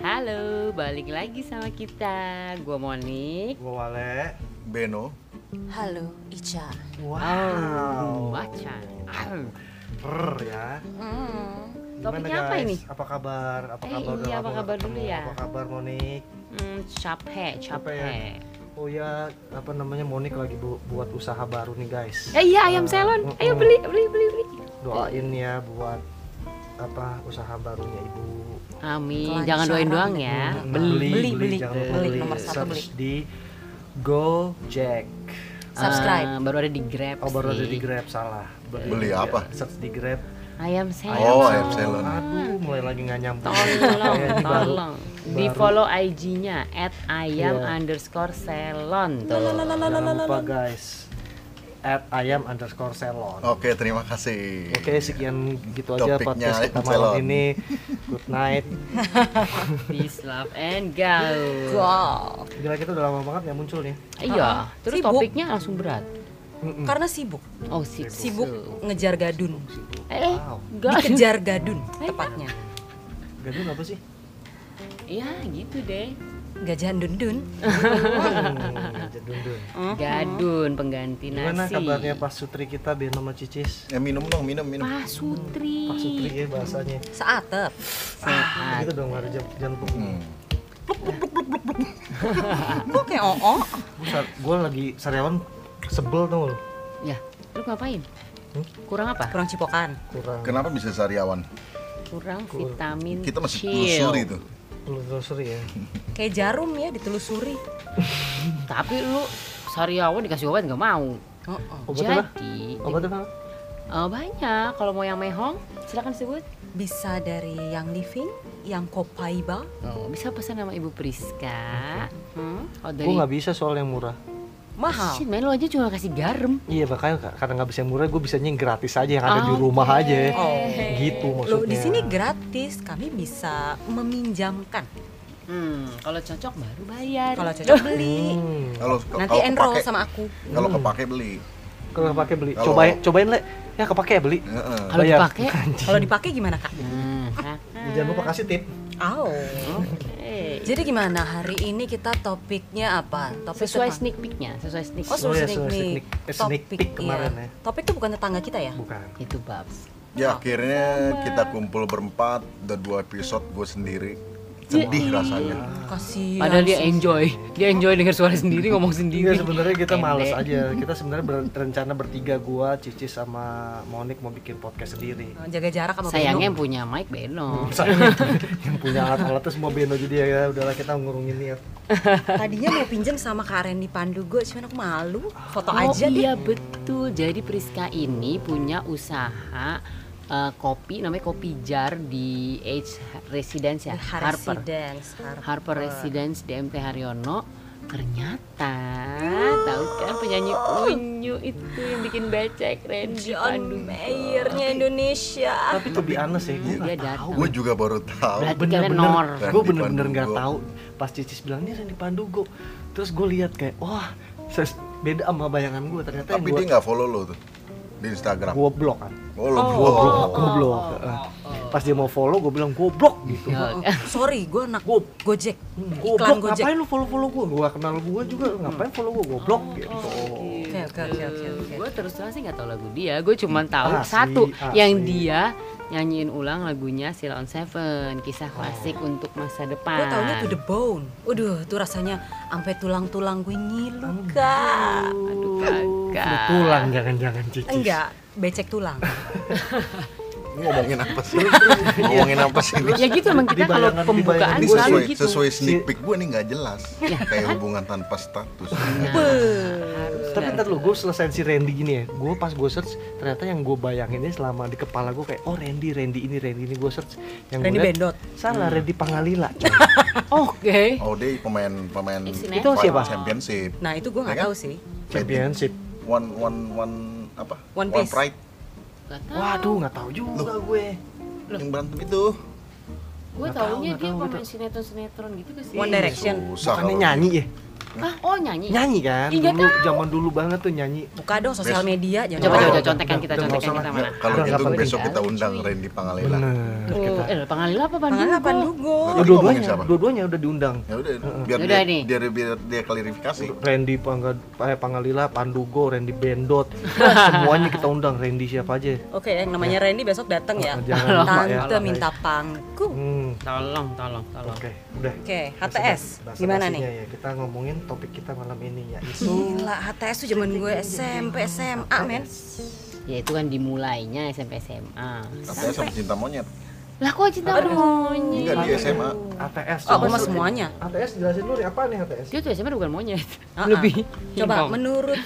Halo, balik lagi sama kita. Gua Monik. Gua Wale. Beno. Halo, Ica. Oh, macan. Au. Rrr, ya. Hmm. Gimana, Topiknya apa guys? ini? Apa kabar? Apa Eh, kabar? iya, Udah apa lama kabar nggak dulu ketemu. ya? Apa kabar Monik? Hmm, capek, Capek ya? capek. Oh ya, apa namanya Monik lagi bu- buat usaha baru nih guys. Eh iya ayam Eh, selon. mm-mm. Ayo beli, beli, beli, beli. Doain ya buat apa usaha barunya ibu. Amin. Kelancaran. Jangan doain doang ya. Nah, Beli, beli, beli. jangan lupa Beli, beli. nomor satu Search beli. di Gojek. Subscribe. Ah, baru ada di Grab. Oh baru ada di sih. Grab salah. Beli ya. apa? Search di Grab. Ayam selon. Oh, ayam selon. Aduh, mulai lagi nggak nyambung. Tolong, Kayaknya baru- tolong. Di baru- follow IG-nya at ayam Iya. underscore selon tuh. Jangan lupa guys At ayam underscore selon Oke Oke, terima kasih. sekian gitu aja Oh. Topiknya podcast kita ayam malam selon. ini Good night Peace, love, and go. Wow. Gila kita udah lama banget nggak muncul nih Iya, terus Sibuk. topiknya langsung berat. Mm-mm. Karena sibuk, Oh, sibuk. sibuk ngejar gadun. Eh, Wow. gak. Dikejar gadun tepatnya. Gadun apa sih? Ya, gitu deh. Gajahan dundun. Hmm, Gadun dun. Oh. Gadun pengganti Gimana nasi. kabarnya Pak Sutri kita Ben sama Cicis? Eh, minum dong, minum, minum. Pak Sutri. Pak Sutri ya bahasanya Saatep. Sehat. Gitu dong harus jam- jangan lupa Hmm. Kok kayak oo? Gue lagi sariawan sebel tau lo Ya, lu ngapain? Hmm? Kurang apa? Kurang cipokan. Kurang Kenapa bisa sariawan? Kurang vitamin Kita masih C. telusuri itu. Telusuri ya Hmm. Kayak jarum ya ditelusuri. Tapi lu sariawan dikasih obat nggak mau. Oo. Obatnya apa? Jadi, Obatnya apa? eh, banyak. Kalau mau yang mehong, silakan disebut. Bisa dari yang living, yang kopaiba. Oh, bisa pesan sama Ibu Priska. Hmm? Oh, dari Ah, Gue nggak bisa soal yang murah Mahal. Shit, main lu aja cuma kasih garam. Iya makanya Kak, karena nggak bisa yang murah gue bisanya yang gratis aja yang ada di Oke. rumah aja Oh. gitu maksudnya. Loh, di sini gratis, kami bisa meminjamkan. Hmm, kalau cocok baru bayar. Kalau cocok beli, Hmm. Kalau ke- nanti kalau enroll kepake- sama aku. Kalau kepake beli. Kalau pakai beli, Kalau- cobain cobain le, ya kepake ya beli. Heeh. Kalau Bayar. dipakai. Kalau dipakai gimana, Kak? Nah, nah. Jangan lupa kasih tip. Au. Oke. Jadi gimana hari ini kita topiknya apa? Topik sesuai tentang- sneak peeknya, sesuai sneak Oh, peek. Oh, sesuai iya, sneak sesuai peek. sneak- eh, sneak Topik, peek kemarin iya. ya. Topik itu bukan tetangga kita ya? Bukan. itu babs. Ya Hmm. akhirnya kita kumpul berempat dan dua episode gue sendiri. Iya. Sedih rasanya. Kasihan. Padahal dia sih. enjoy, dia enjoy dengar suara sendiri ngomong Iya sendiri. sebenarnya kita Pendek. males aja. Kita sebenarnya berencana bertiga gua, Cici sama Monik mau bikin podcast sendiri. Eh, Jaga jarak sama Sayangnya yang Beno. punya mic Beno. Sayangnya yang punya alat-alatnya semua Beno jadi ya udahlah kita ngurungin ya. Tadinya mau pinjem sama Kak Randy Pandugo, cuman aku malu. Foto Oh aja deh. iya betul. Jadi Priska ini punya usaha eh, kopi namanya Kopi Jar di H Residence ya, Harper. Residence. Harper. Harper Residence di MT Haryono ternyata tahu kan penyanyi Unyu itu yang bikin becek Randy Pandu. John Mayer-nya Indonesia. Tapi to be honest ya, gua Dia nggak tahu. datang. Gue juga baru tahu. Oh, Berarti kalian nor. gue Randy bener-bener nggak Pandugo. tahu pas Cicis bilang ini Randy Pandugo terus gue lihat kayak wah ses- beda sama bayangan gue ternyata Tapi dia yang nggak follow lo tuh di Instagram. gue blok kan Oh, lo gue blok. blok gue blok oh. pas dia mau follow gue bilang gue blok gitu Ya, Oh, sorry, gue anak Gua- Hmm, Gojek. goblok Iklan Gojek. ngapain lu follow follow gue gue kenal gue juga lu ngapain follow gue gue blok oh, gitu Oke, oke, oke, oke, oke. Gue Gitu. terus terang sih nggak tahu lagu dia. Gue cuma tahu Asli, satu yang asli. dia nyanyiin ulang lagunya Silon Seven, kisah klasik untuk masa depan. Gue taunya to the bone. Waduh, tuh rasanya sampai tulang-tulang gue ngilu, Kak. Aduh, kakak. Lu tulang jangan-jangan Cicis Enggak, becek tulang. Ah, Ini ngomongin apa sih? Iya. ngomongin apa sih ini? Ya gitu emang Di kita kalau bayangan- di pembukaan bayangan Ini gua selalu sesuai, Iya. gitu. sesuai sneak peek gue nih nggak jelas. Kayak hubungan tanpa status. Iya. Harus tapi lah. ntar lu gue selesain si Randy gini ya gue pas gue search ternyata yang gue bayanginnya selama di kepala gue kayak oh Randy Randy ini Randy ini gue search yang gua Randy liat, Bendot. Hmm. salah Randy Pangalila Oke. Oh dia pemain pemain Eh, sinetron. Itu siapa? Championship. Nah, itu gue nggak Ya kan? tahu sih. Iya, championship One one one apa? One Piece. Pride Gak tahu. Waduh, nggak tahu juga gue. yang berantem itu. Gue Nggak tahu, taunya nggak dia tahu, pemain sinetron-sinetron gitu ke sih. One Direction. Bukannya Susah kalau Iya. nyanyi ya? Ah, oh nyanyi. Nyanyi kan? Iya, Dulu zaman dulu banget tuh nyanyi. Buka dong sosial media jangan Coba Nggak, coba nggak, contekan nggak, kita nggak contekan usah kita lah. mana. Kalau Udah, gitu nggak penting. besok kita undang Randy Pangalila. Bener. Oh, Kita. eh, Pangalila apa Pandu? Pangalila Pandugo. Oh, Tadi Iya. ngomongin dua-duanya, siapa? dua-duanya udah diundang. Ya udah, biar Yaudah dia, nih. biar biar dia klarifikasi. Randy Pangga, eh, Pangalila, Pandugo, Randy Bendot, semuanya kita undang Randy siapa aja. Oke, yang namanya Randy besok datang ya. Oh, jangan lupa ya. Tante minta panggung. Hmm, Tolong, tolong, tolong. oke, udah. Oke, Bahasa- HTS. bahasa Gimana basinya nih? Ya, kita ngomongin topik kita malam ini yaitu Gila, HTS tuh zaman gue SMP, SMA, men. Ya itu kan dimulainya SMP SMA. Katanya sama cinta monyet. Lah kok cinta monyet? Enggak di SMA. ATS. Oh, Coba aku mah sur- semuanya. ATS jelasin dulu nih apa nih ATS? Dia tuh SMA bukan monyet. Iya Ah, ah. Lebih. Coba himbang. menurut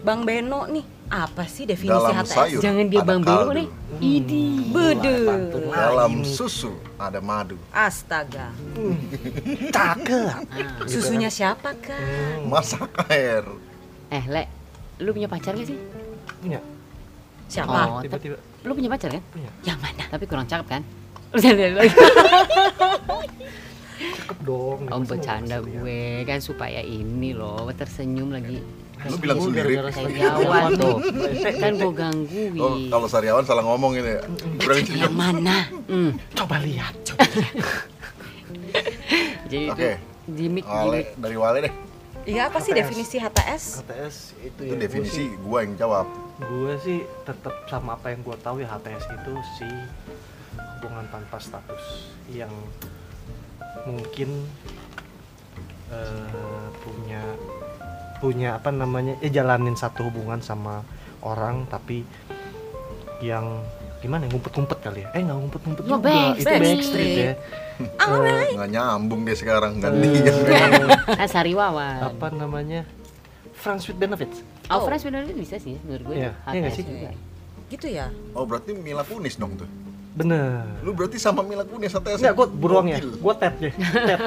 Bang Beno nih, apa sih definisi Dalam HTS? sayur. ya? Jangan dia Ada bang belo kaldu. nih. Idi. Hmm, Bede. Dalam susu ada madu. Astaga. Hmm. Cakep. Ah. Susunya siapa, Kak? Hmm. Masak air. Eh, Le, lu punya pacar gak sih? Punya. Oh, Siapa? tapi Tiba-tiba lu punya pacar kan? punya. Yang mana? Tapi kurang cakep kan? Bercanda lagi. Cakep dong. Om Masa mau bercanda kasih lihat? gue kan supaya ini loh tersenyum lagi Lu bilang Lu sendiri. gara-gara kayak saya jawan jawab tuh tuh. kan gue Oh, gangguin kalau sariawan salah ngomong ini. ya. Kurang yang senyum. mana? Hmm. Coba lihat. Jadi itu Oke. gimmick Wale, gimmick. dari Wale deh. Iya, apa sih HTS? definisi HTS? HTS itu ya. Iya, Itu gua definisi sih- gua yang jawab. Gua sih tetap sama apa yang gua tahu ya HTS itu si hubungan tanpa status yang mungkin eh, punya punya apa namanya ya jalanin satu hubungan sama orang tapi yang gimana ya, ngumpet-ngumpet kali ya eh nggak ngumpet-ngumpet Oh, juga itu backstreet. backstreet ya Eh, Nggak nyambung dia sekarang ganti. eh, Nah, sariwawan. apa namanya friends with benefits Oh, Frans sebenarnya bisa sih menurut gue. Iya, iya nggak sih? juga. Gitu ya? Oh berarti Mila Kunis dong tuh. bener Lu berarti sama Mila Kunis HTS. Enggak, gue beruangnya, Gokil. gue tapnya tap.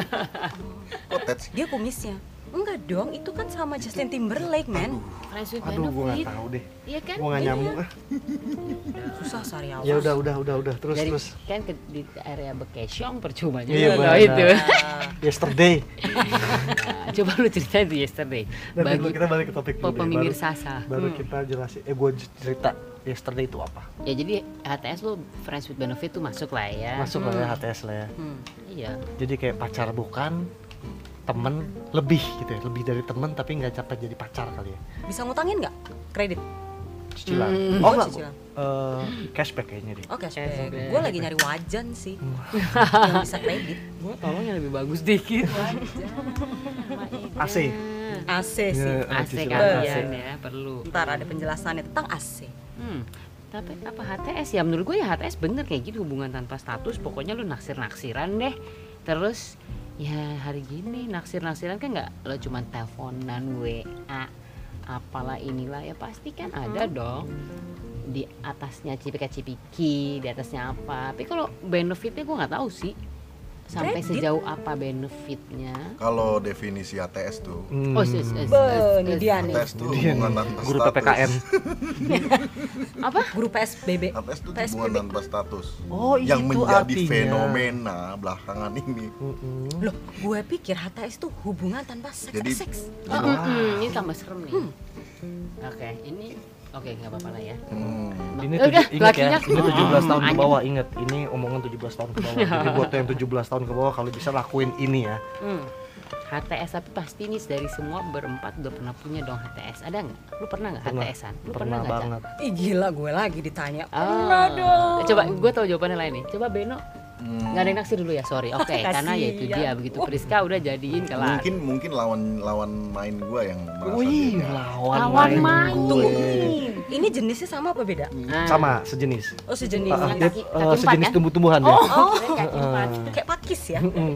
Kotet sih. Dia kumisnya. Enggak dong, itu kan sama Justin Timberlake, men. Frans with Aduh, gue benefit. gak tahu deh Iya kan? Gue gak Iya. nyambung ah Susah Iya, sariawan. Ya udah, udah, udah, udah, terus, Dari, terus kan ke, di area Bekeshong percuma juga Iya, kalau benar. gitu. itu. Yesterday Nah, coba lu ceritain tuh yesterday. Nanti dulu Bagi Nah, kita balik ke topik dulu deh, pemimir baru- Sasa. Baru Hmm. kita jelasin, eh gue cerita yesterday itu apa Ya jadi HTS lu Friends with Benefit tuh masuk lah ya. Masuk lah ya HTS lah ya Hmm. Iya. Jadi kayak pacar bukan, temen lebih gitu ya Lebih dari temen tapi gak capek jadi pacar kali ya Bisa ngutangin nggak? Kredit? Cicilan Hmm. Oh enggak, cicilan. eh, cashback kayaknya deh Oke, Cashback. gue lagi nyari wajan sih yang bisa kredit. Gua tolong yang lebih bagus dikit. AC AC sih. Ya, AC cicilan kan AC. ya, ya, perlu. Ntar ada penjelasannya tentang AC. Hmm. Tapi apa HTS ya menurut gue ya HTS bener kayak gitu hubungan tanpa status pokoknya lu naksir naksiran deh terus ya hari gini naksir naksiran kan nggak lo cuman teleponan WA apalah inilah ya pasti kan ada dong di atasnya cipika cipiki di atasnya apa tapi kalau benefitnya gue nggak tahu sih sampai Kredit. sejauh apa benefitnya Kalau definisi HTS tuh, Hmm. Oh, sis, sis, Beuh, sis, ini sis. dia nih. Iya. HTS tuh Dia hubungan nih, tanpa guru status. PPKN Apa? Guru PSBB. HTS tuh PSBB. hubungan tanpa status. Oh, yang itu menjadi artinya. fenomena belakangan ini. Mm-mm. Loh, gue pikir HTS itu hubungan tanpa seks. Jadi- seks. Oh, Wah. mm-mm, ini tambah serem nih. Hmm. Oke, ini oke nggak apa-apa lah ya. Hmm. Ini Oke, tujuh, ingat ya, lakinya. ini 17 tahun ke Anjing. bawah ingat. Ini omongan 17 tahun ke bawah. Jadi buat yang 17 tahun ke bawah kalau bisa lakuin ini ya. Hmm. HTS tapi pasti nih dari semua berempat udah pernah punya dong HTS. Ada nggak? Lu pernah nggak Pernah. HTS-an? Lu Pernah nggak, Cak? banget. Ih gila gue lagi ditanya. Ah. Pernah dong. Coba gue tau jawabannya lain nih. Coba Beno Hmm. nggak ada yang naksir dulu ya, sorry. Oke, karena ya itu dia Kasihan. begitu Priska udah jadiin kelar. Hmm. Mungkin mungkin lawan lawan main gua yang merasa Wih, dia- lawan, Lawan main main. gue. Tunggu. ya. Ini jenisnya sama apa beda? Nah, Sama sejenis. Oh sejenis. Ah, ah, Kaki- dia, kaki eh, empat, sejenis kan? tumbuh-tumbuhan ya. Oh, kirain kaki empat. Kayak pakis ya. Mm-mm.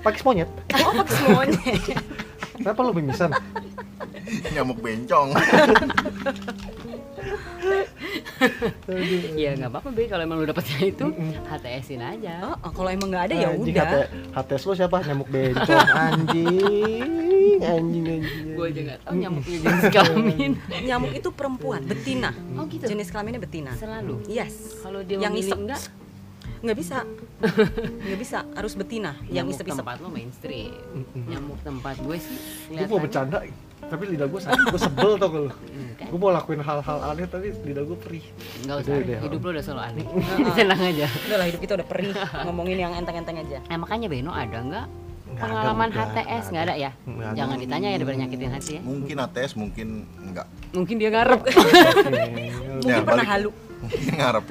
Pakis monyet. Oh pakis monyet. Kenapa lu mimisan? nyamuk bencong. Iya nggak apa-apa be kalau emang lu dapetnya itu HTS-in aja. Oh, oh, kalau emang nggak ada ya Anjing, udah. HT- HTS lu siapa? Nyamuk bencong. Anjing, anjing, anjing. Gue aja nggak tahu nyamuknya jenis kelamin. Nyamuk itu perempuan, betina. Oh, gitu? Jenis kelaminnya betina. Selalu. Yes. Kalau dia yang memilih ngisep. enggak, nggak bisa nggak bisa harus betina yang nyamuk isep-isep tempat lo mainstream Mm-mm. nyamuk tempat gue sih gue mau kelihatannya- bercanda tapi lidah gue sakit gue sebel tau gak lu Hmm, kan? gue mau lakuin hal-hal aneh tapi lidah gue perih nggak usah Aduh, deh, hidup lo udah selalu aneh Heeh. tenang aja udah lah hidup kita udah perih ngomongin yang enteng-enteng aja Ya, nah makanya Beno ada nggak Nggak ada, pengalaman udah, HTS nggak ada ya Nggak ada. jangan ditanya ya daripada nyakitin hati ya Mungkin ATS, mungkin enggak. mungkin dia ngarep Oke. mungkin Ya, pernah balik. halu Mungkin ngarep.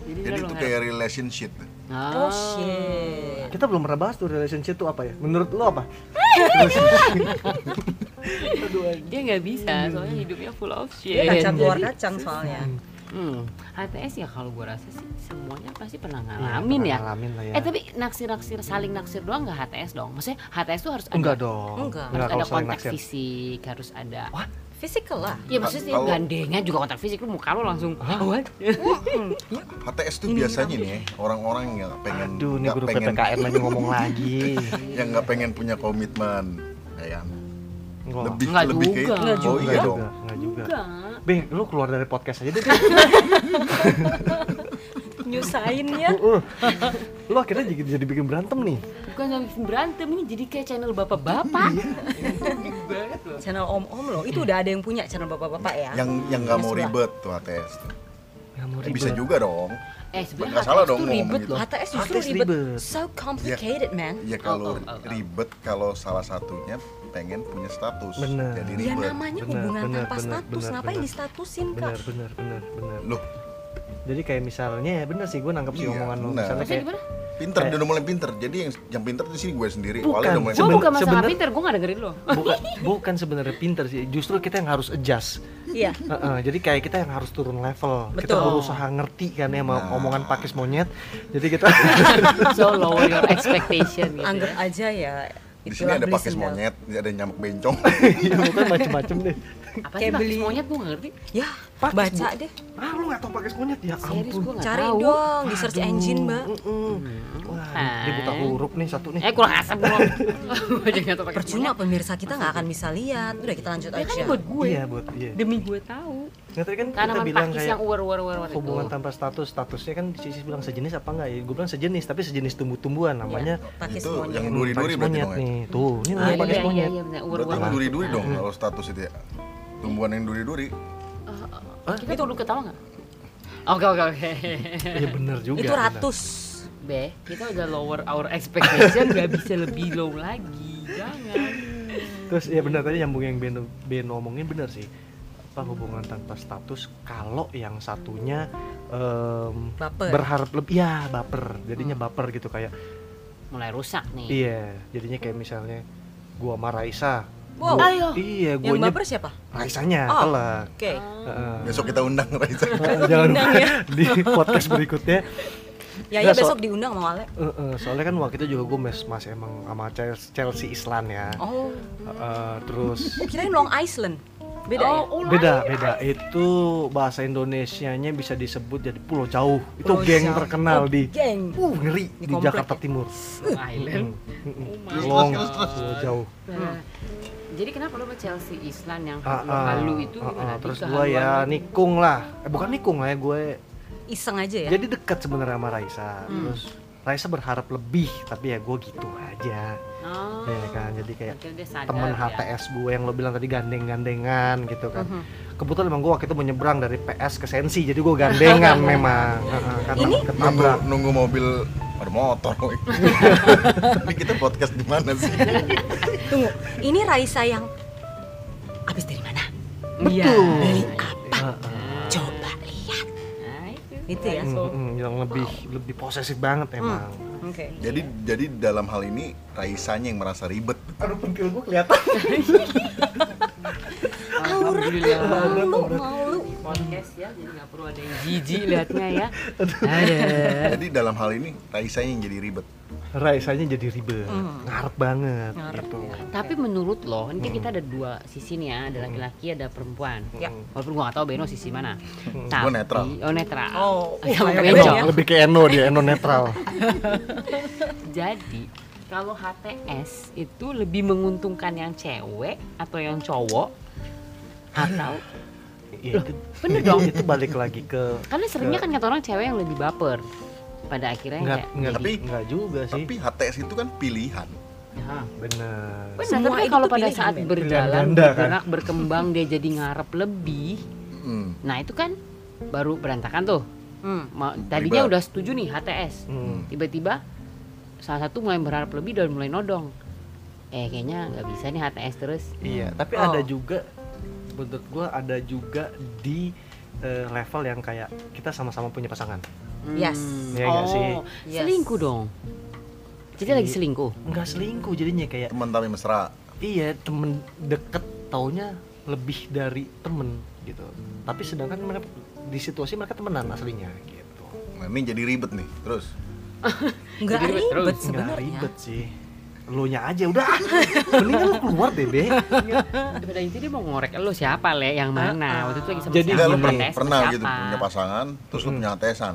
jadi, lo Jadi itu Iya, ngarep. kayak relationship. Ah. oh shit kita belum pernah bahas tuh relationship itu apa ya menurut lo apa Aduh, anjing. dia nggak bisa soalnya hidupnya full of shit dia kacang Jadi, keluar kacang soalnya hmm, HTS ya kalau gue rasa sih semuanya pasti pernah Iya, ngalamin pernah ya ngalamin lah ya Eh tapi naksir-naksir saling naksir doang nggak HTS dong? Maksudnya HTS tuh harus ada enggak dong Enggak. harus kalau ada saling kontak naksir. fisik, harus ada. physical lah Ya maksudnya Kalau- gandengan juga kontak fisik lu muka lu langsung. Iya." What? HTS tuh biasanya nih orang-orang yang nggak pengen aduh nih nggak guru pengen PPKM lagi ngomong lagi yang nggak pengen punya komitmen, ya kan? Enggak. Lebih Nggak lebih ke juga. Nggak Oh iya Enggak dong. juga, enggak juga. Enggak. Beh, lu keluar dari podcast aja deh. Beh. nyusainnya Uh, uh. lu akhirnya jadi, jadi bikin berantem nih. Bukan sama bikin berantem ini jadi kayak channel bapak-bapak. Iya. Banget loh. channel om-om loh itu udah ada yang punya channel bapak-bapak ya Yang yang nggak Iya, mau Sebelah. ribet tuh HTS. tuh. Ya, mau Eh, bisa ribet. juga dong. Eh sebenarnya Nggak HTS salah dong tuh ngomong ribet gitu. loh. HTS justru HTS ribet. ribet. so Iya. complicated man Ya kalau oh, oh, oh. ribet kalau salah satunya pengen punya status. Bener. Jadi ya Iya, ribet. namanya Bener, hubungan bener, tanpa bener, status bener, ngapain bener. distatusin kak Benar, benar, benar, benar. Loh, Jadi kayak misalnya ya benar sih gue nangkep sih Iya, omongan lu. benar. Misalnya Maksudnya kayak gimana? pinter Kayak- dia udah mulai pinter. Jadi yang yang pinter di sini gue sendiri. Eh. Bukan, Wali udah mulai Gue Seben- bukan masalah sebener- pinter, gue nggak dengerin lo. bukan bukan sebenarnya pinter sih, justru kita yang harus adjust. iya Heeh, jadi kayak kita yang harus turun level. Kita Betul. berusaha ngerti kan ya sama Nah. omongan pakis monyet. Jadi kita So lower your expectation gitu. anggap ya. aja ya Di sini itulah ada beli pakis sendal. monyet, ada nyamuk bencong. Iya, bukan macem-macem deh. Apa sih kayak pakis beli- monyet gue nggak ngerti. ya Pakis, baca Bu. deh Ah, lu gak tau pakis monyet ya Serius gue ampun. nggak cari tahu. dong di search engine mbak Mm-mm. Wah, ini buta huruf nih satu nih. Eh kurang asap lo. Gue juga nggak tahu pakis percuma pemirsa kita nggak akan bisa lihat udah kita lanjut Ya kan aja ini buat gue. Iya, buat iya. Demi gue tahu. Nah, tadi kan kita Tanaman bilang pakis kayak yang uwer uwer uwer uwer itu. hubungan tanpa status statusnya kan di sisi bilang sejenis apa enggak ya gue bilang sejenis tapi sejenis tumbuh-tumbuhan Iya. namanya pakis Itu monyet yang duri-duri pakis berarti monyet dong ya. nih tuh ini Ah, namanya pakis iya, iya, monyet iya, Nah. benar. Uwer uwer. Berarti Berapa? duri-duri dong kalau status itu ya. Tumbuhan yang duri-duri. Eh, Kita perlu ketawa nggak? Oke oke oke. iya bener juga itu bener. ratus Be, kita udah lower our expectation nggak bisa lebih low lagi. Jangan. terus ya bener tadi nyambung yang Ben Ben ngomongin bener sih apa hubungan tanpa status kalau yang satunya em, Baper. Hmm. berharap lebih ya baper jadinya baper gitu kayak Mulai rusak nih. iya jadinya kayak misalnya gua sama Raisa Wow. gua- Ayo. iya yang guanya baper siapa Raisanya Oh. telak. oke Ah. Eh, Heeh. Besok kita undang Raisa. Eh, jangan lupa di podcast berikutnya ya Nggak, ya so- besok diundang mau Ale Eh, eh, soalnya kan waktu itu juga gue mas masih emang sama Chelsea, Chelsea Islan ya oh Eh, eh, terus kirain Long Island beda ya? Oh, ulang. beda beda itu bahasa Indonesianya bisa disebut jadi Pulau Jauh itu Pulau geng Jauh. terkenal Oh, di geng uh ngeri Di di, komplek Jakarta ya? Timur Island. Oh Mm, mm, mm. my Long God. Pulau Jauh Nah, Jadi kenapa lo sama Chelsea Islan yang Ah, ah, halu itu ah, ah. gimana? Dia terus gue kehaluan gitu? ya gitu. lo. nikung lah eh, bukan nikung lah ya gue iseng aja ya jadi dekat sebenarnya sama Raisa Hmm. terus Raisa berharap lebih tapi ya gue gitu aja Oh. ya kan jadi kayak Mungkin dia sadar temen ya. HTS gue yang lo bilang tadi gandeng-gandengan gitu kan Mhm. kebetulan emang gue waktu itu menyeberang dari PS ke Sensi jadi gue gandengan memang Heeh, karena Ini? ketabrak Nunggu, nunggu mobil ada motor. woy. Ini kita podcast di mana sih? tunggu ini Raisa yang habis dari mana Iya. beli apa Iya. coba lihat Nah, itu. Itu ya. Mm. Mm, mm, yang lebih lebih posesif banget emang oke Jadi jadi dalam hal ini Raisanya yang merasa ribet. aduh pentil gue kelihatan Alhamdulillah. malu malu Podcast ya, jadi nggak perlu ada yang jijik liatnya ya. Ada. Jadi dalam hal ini Raisanya yang jadi ribet. Raisanya jadi ribet Mm. ngarep banget Ngarep. gitu Tapi menurut lo, ini kan kita ada dua sisi nih ya, ada laki-laki ada perempuan. Ya. Walaupun gua nggak tahu Beno sisi mana. Tapi, Gua netral. Oh netral. Oh, Sama kayak kayak Beno Beno. ya. lebih ke Eno dia Eno netral Jadi kalau HTS itu lebih menguntungkan yang cewek atau yang cowok atau Iya, itu, bener dong. itu balik lagi ke Karena seringnya kan kata orang cewek yang lebih baper. Pada akhirnya nggak ya? kayak nggak jadi- Tapi- nggak juga sih. Tapi HTS itu kan pilihan. Hah. Bener. Benar, Semua tapi itu kalau pada pilihan, ya? saat Ben. berjalan, Pilihan ganda, kan? bergerak, berkembang, dia jadi ngarep lebih. Mm. Nah itu kan baru berantakan tuh. Hmm. Ma- Tadinya Tiba. udah setuju nih HTS. Hmm. Tiba-tiba salah satu mulai berharap lebih dan mulai nodong. Eh kayaknya nggak bisa nih HTS terus. Iya, tapi Oh. ada juga menurut gua ada juga di eh, level yang kayak kita sama-sama punya pasangan. Yes. Iya nggak sih? Oh, selingkuh dong. Jadi lagi Iya. selingkuh. Enggak selingkuh jadinya kayak Teman tapi mesra. iya temen deket taunya lebih dari temen gitu. Tapi sedangkan mereka di situasi mereka temenan aslinya gitu. Nah, ini jadi ribet nih. Terus Nggak Jadi ribet ribet terus. Enggak sebenarnya. ribet sih. Lu nya aja udah. Mendingan lu keluar deh, Be. Pada itu dia mau ngorek lo siapa le yang mana? Waktu itu lagi sama Jadi siapa? enggak lu pernah, HTS sama pernah siapa? gitu punya pasangan, terus lu Mm. punya HTSan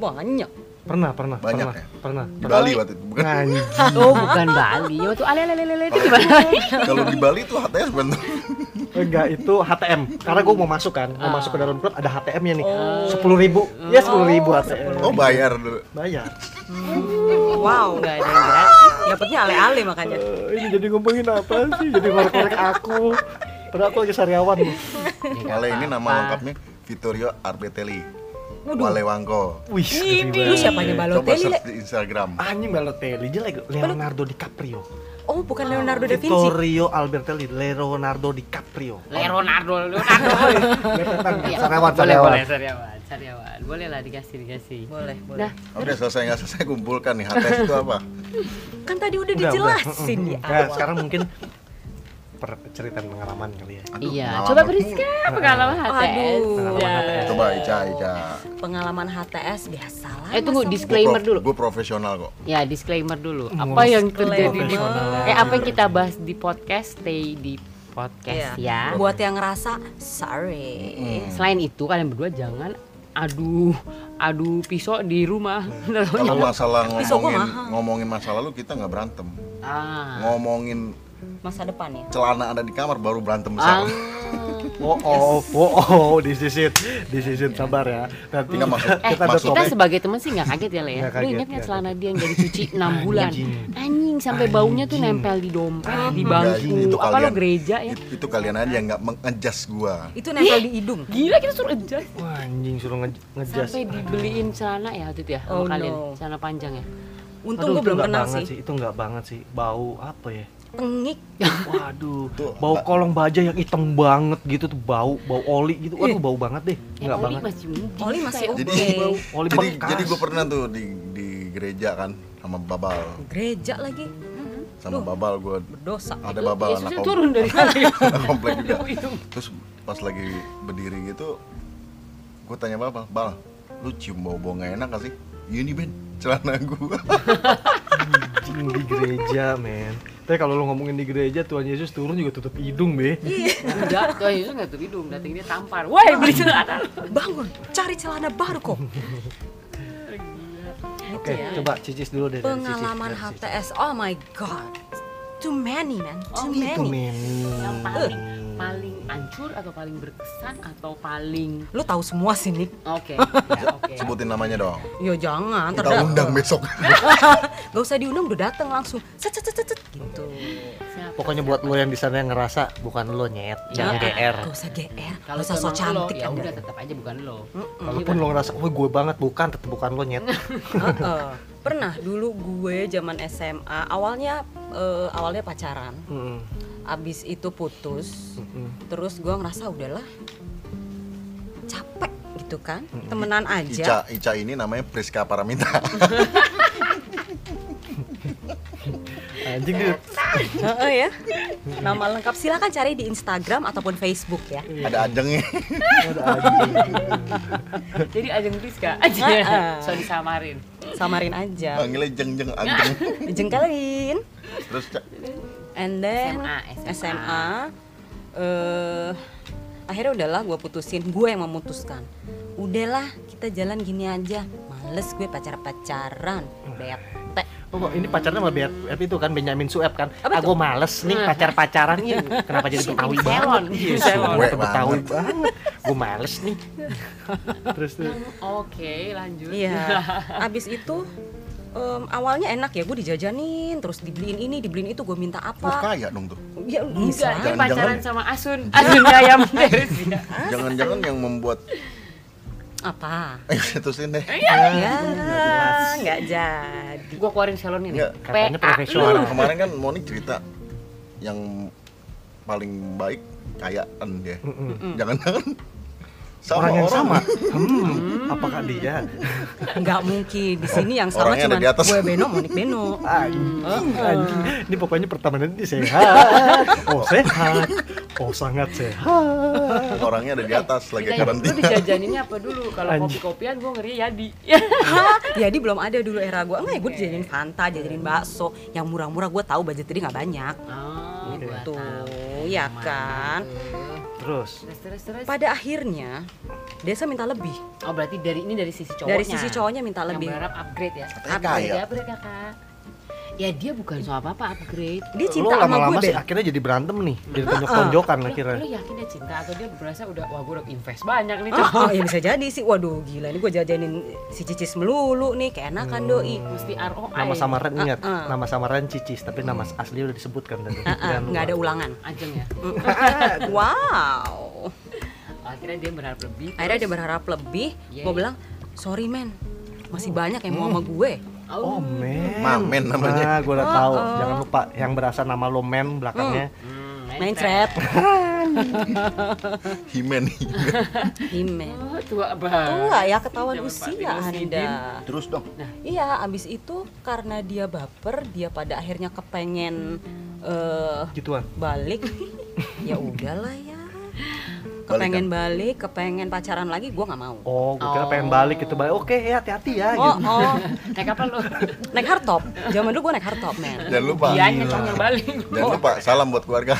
Banyak. Pernah, pernah, Banyak pernah, ya? pernah. di Bali waktu itu. Bukan Nganyi. Oh bukan Bali, waktu ale ale ale ale itu di Bali. Iya, kalau di Bali tuh HTS bener. Enggak, itu HTM. Karena gue mau masuk kan, mau Ah. masuk ke dalam perut ada HTM-nya nih. Sepuluh ribu, ya sepuluh ribu HTM. Oh iya. bayar dulu. bayar. Wow. Nggak ada yang gratis. Dapatnya ale-ale makanya. Eh, ini jadi ngomongin apa sih? Jadi ngorek-ngorek aku. Padahal aku lagi sariawan loh. Iya, Wale ini nama lengkapnya Vittorio Arbetelli. Wale Wangko. Wih, Ini lu siapanya Ya, Coba Balotelli? Le? search di Instagram. Anjing Balotelli jelek Leonardo DiCaprio. Oh, bukan Leonardo da Vinci. Vittorio Albertelli, Leonardo DiCaprio. Leonardo, Leonardo. Sariawan, Iya. sariawan. boleh, boleh, sariawan, sariawan. Boleh lah dikasih, dikasih. Boleh, boleh. Nah, Udah selesai nggak selesai kumpulkan nih HTS itu apa? Kan tadi udah Udah, udah. dijelasin di Nah, awal. sekarang mungkin per cerita pengalaman kali ya. Aduh, iya. pengalaman Coba lu. Priska pengalaman HTS. Aduh. Pengalaman HTS. Coba Ica, Ica. Pengalaman HTS biasalah. Eh tunggu masa Iya. disclaimer dulu. Gue profesional kok. Ya disclaimer dulu. Ngurus Apa yang terjadi di profesional. Eh apa yang kita bahas di podcast stay di podcast ya. Buat yang ngerasa sorry. Selain itu kalian berdua jangan aduh aduh pisau di rumah. iya? Kalau masalah Pisau gua ngomongin mahal. ngomongin masa lalu kita nggak berantem. ah. Ngomongin Masa depan ya. celana ada di kamar baru berantem Ah. besar. Oh oh oh oh disisit disisit sabar ya. Nanti Nggak masuk. Eh, kita kita, ada masuk. topik. sebagai teman sih nggak kaget ya, Le ya. Nggak Lu kaget, inget nggak nggak celana dia yang gak dicuci 6 bulan? Anjing. Anjing, sampai baunya tuh Anjing. nempel di dompet, di Nggak, Ah, bangku. Apa lo gereja ya? Itu, itu kalian aja yang nggak mengejas gua. Itu nempel di hidung. Gila kita suruh adjust. Wah, anjing suruh nge- ngejas. Sampai dibeliin celana ya waktu itu ya Oh, sama kalian, no. celana panjang ya. Untung gue itu belum nggak kenal banget sih. Itu nggak banget sih. Bau apa ya? Tengik. Waduh, Tuh, bau ba- kolong baja yang hitam banget gitu tuh bau bau oli gitu. Waduh, bau banget deh. Ya, Eh, Nggak Oli banget. masih mudi. Oli masih Kayak- oke. Jadi Oli jadi bekas. jadi gue pernah tuh di di gereja kan sama babal Gereja lagi. sama babal gue Berdosa. ada babal Yesusnya anak turun Iya. dari komplek, kali. anak komplek juga terus pas lagi berdiri gitu gue tanya babal bal lu cium bau bau nggak enak gak sih iya nih ben celana gue Anjing di gereja, men. Tapi kalau lu ngomongin di gereja Tuhan Yesus turun juga tutup hidung, Be. Iya, Enggak, Tuhan Yesus nggak tuh hidung, datang dia tampar. Woi, beli celana. Bangun, cari celana baru kok. Oke, gitu ya. coba cicis dulu deh. dari cicis, Pengalaman dari cicis. HTS, oh my god. Too many man, too Oh, Itu many. Gitu, men. Yang paling paling hancur atau paling berkesan atau paling Lu tahu semua sih Nick. Oke, ya, oke. sebutin namanya dong Ya jangan, kita terdak. undang besok Gak usah diundang udah datang langsung. Cet cet cet cet cet, gitu. Siapa? Pokoknya buat lo yang di sana yang ngerasa bukan lo nyet, jangan Iya. GR. Nah, Gak usah GR, kalau gak usah sok emang lo, cantik ya Anda. udah tetap aja bukan lo Gitu. Kalaupun lo ngerasa, oh gue banget, bukan, tetep bukan lo nyet. Heeh. Pernah dulu gue zaman SMA, awalnya eh, awalnya pacaran. Mm, Abis itu putus. mm. Terus gue ngerasa udahlah capek gitu kan. Temenan Ica aja. Ica ini namanya Priska Paramita Anjing Iya. dia Heeh ya. Nama lengkap silakan cari di Instagram ataupun Facebook ya. Iya. ada ajengnya ada anjing. jadi ajeng Priska aja Heeh. so disamarin Samarin aja. panggilnya jeng jeng ajeng Jengkelin. terus Ca, And then SMA, SMA, eh, akhirnya udahlah gue putusin, gue yang memutuskan. Udahlah kita jalan gini aja. Males gue pacar-pacaran, bete. Oh, kok ini pacarnya sama BF itu kan Benjamin Sueb kan. Ah, Apa tuh? gua males nih Nah. pacar-pacaran Iya, Kenapa jadi Siapa Betawi yang banget? selon? Iya, selon Suwe atau Betawi banget. banget. Gua males nih. Terus tuh. Oke, lanjut. Iya. Abis itu em, awalnya enak ya, gue dijajanin, terus dibeliin ini, dibeliin itu, gue minta Wah apa. kaya dong tuh. Ya Enggak, bisa. dia Jangan-jangan- pacaran sama Asun. Asun ayam beres ya. Jangan-jangan yang membuat Apa? ayo terusin deh. Eh, iya. Ya, nggak jadi. Gua keluarin salon ini. Nggak, katanya PA. profesional. Kemarin, kemarin kan Monik cerita yang paling baik kayaan dia. Mm-mm. Jangan-jangan sama Orang orang, yang sama. Hmm, apakah dia? Nggak mungkin. Di sini yang sama Orangnya ada cuma di atas. gue Beno, Monik Beno. Anjing, anjing. Ini pokoknya pertemanan ini sehat. Oh, sehat. Oh, sangat sehat. Kan orangnya ada di atas Kita lagi Iya, lu karantina. dijajaninnya apa dulu? Kalau Anjing. kopi-kopian gua ngeri Yadi. Iya. Hah? Jadi Ya, belum ada dulu era gue. Enggak, gue dijajanin Fanta, jajanin bakso. Yang murah-murah gue tahu budget tadi nggak banyak. Oh, gua Gitu, tahu. ya Yang mana kan? tuh. Terus Terus terus terus. Pada akhirnya, Desa minta lebih. Oh, berarti dari ini dari sisi cowoknya. Dari sisi cowoknya minta lebih. Yang berharap upgrade ya. Katanya upgrade kaya. ya, upgrade Kakak. Ya dia bukan soal apa-apa upgrade. Dia lo cinta sama Ah. lama-lama sih gue, Ben. akhirnya jadi berantem nih. Jadi tonjok-tonjokan Lu, akhirnya. lu yakin dia cinta atau dia berasa udah wah gue udah invest banyak nih Oh, cowok. ya bisa jadi sih. Waduh, gila ini gue jajanin si Cicis melulu nih, keenakan Hmm. doi. Mesti ROI. Nama samaran ingat, Oh, Ah, ah. nama samaran Cicis, tapi nama asli udah disebutkan tadi. Ah, Jangan lupa. nggak ada ulangan. Ajeng ya. wow. Akhirnya dia berharap lebih. Akhirnya dia berharap lebih. Yeay. Gue bilang, sorry men, masih Hmm. banyak yang mau sama gue. Oh. Oh, men. Mamen namanya. Nah, gue udah tahu. Oh, oh. Jangan lupa yang berasa nama lo men belakangnya. Hmm, Mencret, Himen. himen. Oh, tua banget. Tua Iya, ya ketahuan Zaman Pak usia Tino anda. Sidin. Terus dong. Iya, abis itu karena dia baper, dia pada akhirnya kepengen eh Gituan. balik. ya udahlah ya. Kepengen balik, kepengen pacaran lagi, gue nggak mau. Oh, gue Oh. kira pengen balik gitu balik. Oke, ya hati-hati ya. Oh, gitu. oh. Naik apa Eh, lu? naik hardtop. Zaman dulu gue naik hardtop, men. Iya. Jangan lupa. Dianya cowok yang balik. Jangan lupa salam buat keluarga.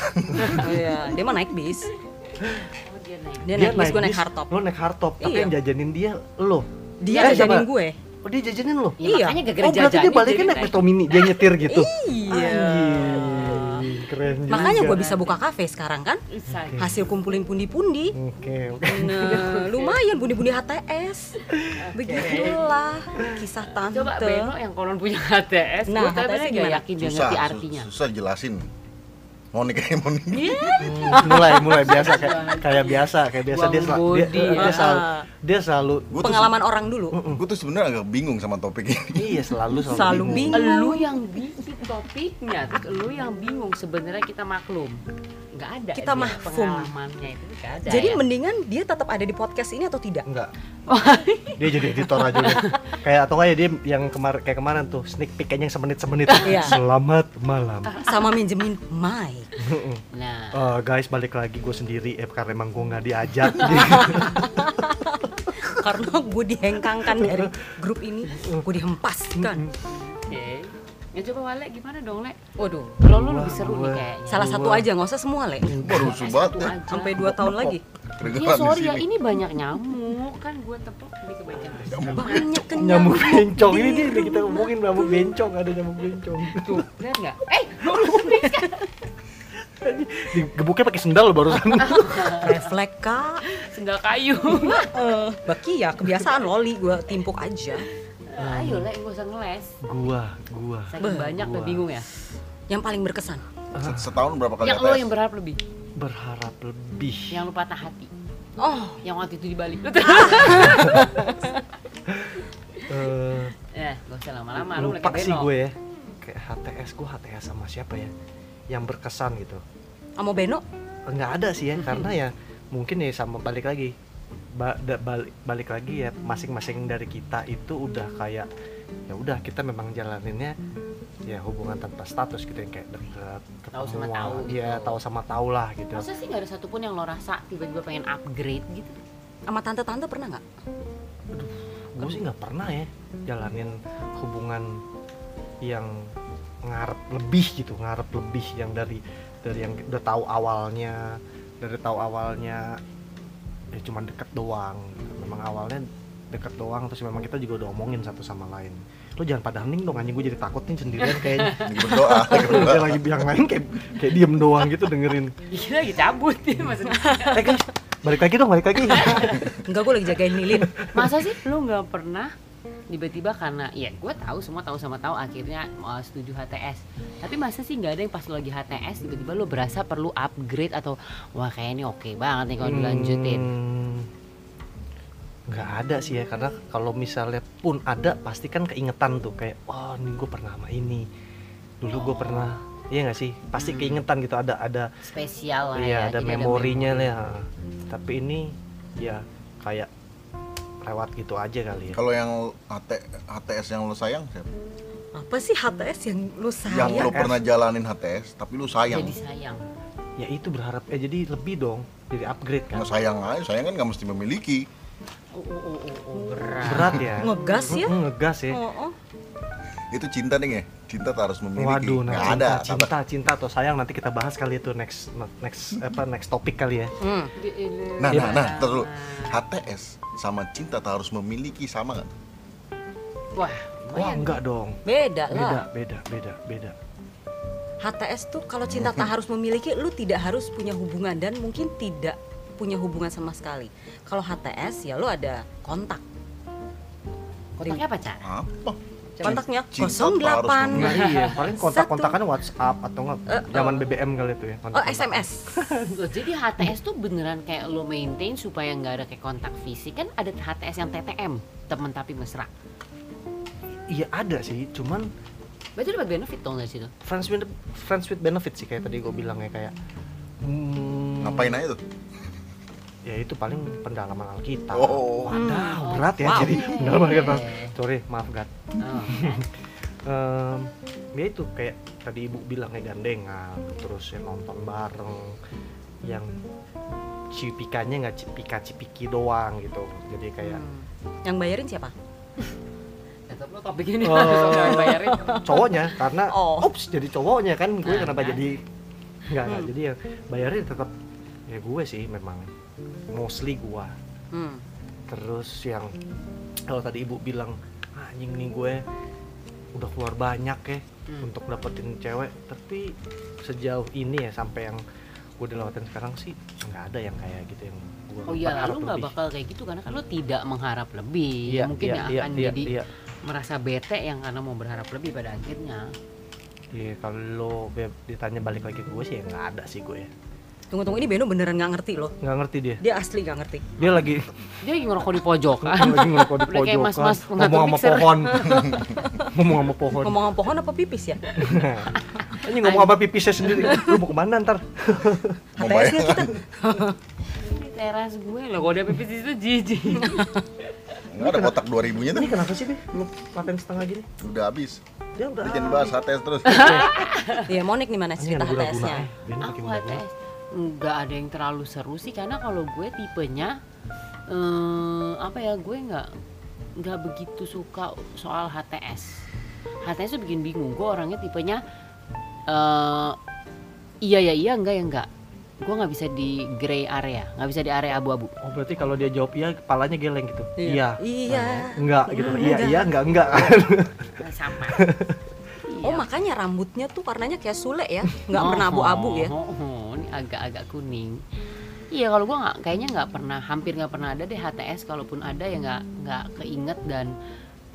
Oh, iya, dia mah naik bis. Oh, dia naik. Dia, naik bis, gue naik hardtop. Lo naik hardtop, tapi Iya. yang jajanin dia lo. Eh, Dia siapa? jajanin gue. Oh, dia jajanin lo. Ya, Iya. makanya gara-gara Oh, berarti dia jajanin baliknya jadi naik Metro Mini, dia nyetir gitu. Iya. Anjing, keren juga. Makanya gue bisa buka kafe sekarang kan. Bisa. Hasil kumpulin pundi-pundi. Oke, oke. Nah, lumayan pundi-pundi HTS. Begitulah kisah tante. Coba Beno yang konon punya HTS, Nah, gua tapi HTS-nya nggak gimana? yakin dia Susah, Iya, ngerti su- artinya. Iya. susah jelasin. Monik kayak Monik. Hmm, mulai mulai biasa kayak kayak biasa kayak biasa dia, Buang sel- dia, body, dia ya. selalu Ah. dia selalu Gua tuh- Pengalaman orang dulu. Gue tuh sebenarnya agak bingung sama topik ini. iya selalu selalu, Selalu bingung. bingung. Lu yang bikin topiknya, terus lu yang bingung sebenarnya kita maklum. Nggak ada. Kita dia mahfum. Pengalamannya itu nggak Iya, ada. Jadi ya. mendingan dia tetap ada di podcast ini atau tidak? enggak dia jadi editor aja udah kayak atau kayak dia yang kemarin kayak kemarin tuh sneak peek yang semenit semenit Iya. selamat malam Sama minjemin mic. nah, Eh, guys balik lagi gue sendiri eh karena emang gue nggak diajak Karena gue dihengkangkan dari grup ini, gue dihempaskan. oke. Ya coba Wale gimana dong, Le? Waduh. Kalau lu Gua, lebih seru gua. nih kayaknya. Salah satu Dua. aja, nggak usah semua le. Baru subat ya. Sampai dua tahun lagi. Iya Kedengeran di sorry ya sini. ini banyak nyamuk kan gue tepuk di kebanyakan Banyak kenyang. nyamuk bencong ini dia kita ngomongin nyamuk bencong ada nyamuk bencong tuh lihat nggak? Eh digebuknya pakai sendal loh barusan Refleks kak. sendal kayu. Eh, Baki ya kebiasaan loli gue timpuk aja. Ayo Le gue usah ngeles. gua gua Saking banyak udah Gua. bingung ya. Yang paling berkesan. Se- Setahun berapa kali Yang lo ATS? yang berharap lebih, berharap lebih yang lo patah hati, Oh, yang waktu itu di Bali. Eh, Ya, gak usah lama-lama, lu mulai lupa kayak sih Beno. gue ya kayak HTS gue HTS sama siapa ya yang berkesan gitu sama Beno nggak ada sih ya karena ya mungkin ya sama balik lagi Ba- da- balik balik lagi ya masing-masing dari kita itu udah kayak ya udah kita memang jalaninnya ya hubungan tanpa status gitu yang kayak deket Tahu sama tahu gitu. ya tahu sama tahu lah gitu Masa sih gak ada satupun yang lo rasa tiba-tiba pengen upgrade gitu? sama tante-tante pernah nggak? gue sih nggak pernah ya jalanin hubungan yang ngarep lebih gitu ngarep lebih yang dari dari yang udah tahu awalnya dari tahu awalnya ya cuman deket doang gitu. memang awalnya deket doang terus memang kita juga udah omongin satu sama lain lo jangan pada hening dong anjing gue jadi takut nih sendirian kayaknya lagi berdoa lagi berdoa dia lagi biang lain kayak kayak diem doang gitu dengerin Iya lagi cabut dia maksudnya. eh guys balik lagi dong balik lagi Enggak, gue lagi jagain Lilin. Masa sih lu nggak pernah tiba-tiba karena ya gue tahu semua tahu sama tahu akhirnya uh, setuju HTS tapi masa sih nggak ada yang pas lu lagi HTS tiba-tiba lu berasa perlu upgrade atau wah kayaknya ini oke banget nih kalau dilanjutin Hmm, nggak ada sih ya karena kalau misalnya pun ada pasti kan keingetan tuh kayak oh ini gue pernah sama ini dulu gue pernah iya nggak sih pasti Hmm. keingetan gitu ada ada spesial lah ya iya ada jadi memorinya memori. lah tapi ini ya kayak lewat gitu aja kali ya kalau yang HT, HTS yang lo sayang siapa? Ah, Apa sih HTS yang lu yang sayang? lo pernah jalanin HTS tapi lo sayang iya. jadi sayang ya itu berharap eh jadi lebih dong jadi upgrade kan nggak sayang aja sayang kan nggak mesti memiliki oh, oh, oh, oh, oh, berat berat ya Ngegas ya? Mm-mm, ngegas ya Oh, oh. itu cinta nih ya cinta tak harus memiliki Waduh, nah, nggak cinta, ada cinta, cinta atau sayang nanti kita bahas kali itu next next apa next topik kali ya. Hmm. nah nah nah ntar dulu. HTS sama cinta tak harus memiliki sama nggak wah Wah, lumayan. enggak dong. Beda lah. Beda, beda, beda, beda. HTS tuh kalau cinta tak harus memiliki, lu tidak harus punya hubungan dan mungkin tidak punya hubungan sama sekali. Kalau HTS ya lu ada kontak. kotaknya apa cara apa Hmm. Kontaknya Cinta tak harus 08 Nah, iya, paling kontak-kontakan WhatsApp atau enggak zaman BBM kali itu ya. Oh, kontak-kontakan. SMS. Loh, jadi HTS tuh beneran kayak lo maintain supaya nggak ada kayak kontak fisik kan ada HTS yang TTM temen tapi mesra Iya ada sih, cuman berarti dapat benefit dong dari situ friends with friends with benefit sih kayak tadi gue bilang ya kayak hmm, ngapain aja tuh ya itu paling pendalaman Alkitab. Oh. Wadah, Hmm. berat ya Wow. jadi pendalaman Alkitab. Iya. Sorry, maaf Gat. oh. Em, ya itu kayak tadi ibu bilang kayak gandengan terus yang nonton bareng yang cipikannya nggak cipika cipiki doang gitu jadi kayak Yang bayarin siapa? tetap lo topik ini Oh. harus lo yang bayarin cowoknya karena Oh. ups jadi cowoknya kan gue Nah, kenapa kan. jadi nggak nggak Hmm. jadi ya bayarin tetap ya gue sih memang mostly gue Hmm. terus yang kalau tadi ibu bilang anjing nih gue udah keluar banyak ya Hmm. untuk dapetin cewek tapi sejauh ini ya sampai yang gue udah lewatin sekarang sih nggak ada yang kayak gitu yang gue oh iya berharap lo nggak lebih. bakal kayak gitu karena kan lo tidak mengharap lebih Iya, mungkin iya, ya iya, akan iya, jadi iya. merasa bete yang karena mau berharap lebih pada akhirnya Iya, kalau beb ditanya balik lagi ke gue sih ya nggak ada sih gue ya Tunggu tunggu ini Beno beneran nggak ngerti loh. nggak ngerti dia Dia asli nggak ngerti. dia lagi dia lagi ngerokok di pojokan kan lagi ngerokok di Udah kayak pojokan mas-mas pengatur ngomong sama mixer. pohon ngomong sama pohon Nah, Ngomong pohon apa pipis ya? ini ngomong apa pipisnya sendiri lu mau kemana ntar Mau kan? HTS nggak kita? iya. di teras gue lo kalau dia pipis di situ jijik nggak ada kotak 2000 nya tuh ini kenapa sih deh lu laten setengah gini udah habis dia udah udah jangan bahas HTS terus Iya, Monik nih mana Ini cerita ada guna-guna HTS-nya? aku HTS nggak ada yang terlalu seru sih karena kalau gue tipenya eh, apa ya gue nggak nggak begitu suka soal HTS HTS tuh bikin bingung gue orangnya tipenya eh, iya ya iya enggak ya enggak gue nggak bisa di gray area nggak bisa di area abu-abu Oh berarti kalau dia jawab iya, kepalanya geleng gitu. Iya. Iya. Iya. Enggak gitu. Iya, iya, enggak, enggak. Nah, sama Iya. Oh makanya rambutnya tuh warnanya kayak sule ya, Oh. nggak pernah abu-abu ya. ini agak-agak kuning Iya kalau gue nggak kayaknya nggak pernah hampir nggak pernah ada deh HTS kalaupun ada ya nggak nggak keinget dan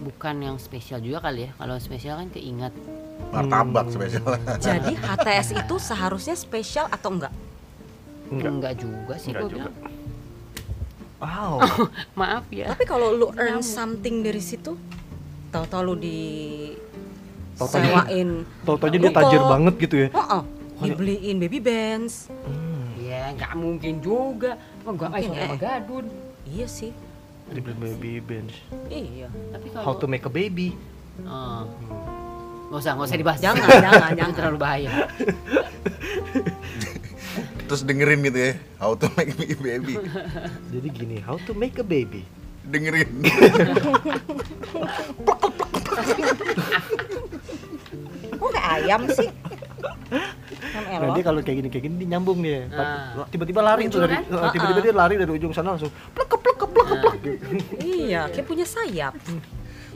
bukan yang spesial juga kali ya kalau spesial kan keinget Hmm. Hmm. martabak spesial Jadi HTS itu seharusnya spesial atau enggak? enggak, Enggak. juga sih Enggak gue juga. bilang Wow. maaf ya Tapi kalau lu earn something dari situ, tau-tau lu di Tau-tau sewain, Tahu-tahu aja dia tajir Kok- banget gitu ya. oh, oh, dibeliin baby bands. Hmm. ya nggak mungkin juga Emang gue Mungkin, sama eh. gadun Iya sih, Dibeli baby bench. iya. tapi How kalau to make a baby. Eh, nggak usah nggak usah dibahas Jangan, jangan, jangan terlalu bahaya terus dengerin gitu ya how to make me baby Jadi gini, how to make a baby. dengerin Kok kayak ayam sih? Kan Nah, elok. dia kalau kayak gini kayak gini dia nyambung dia. Ah. Tiba-tiba lari Muncul tuh dari kan? eh, tiba-tiba dia lari dari ujung sana langsung plek plek plek plek. Iya, kayak punya sayap.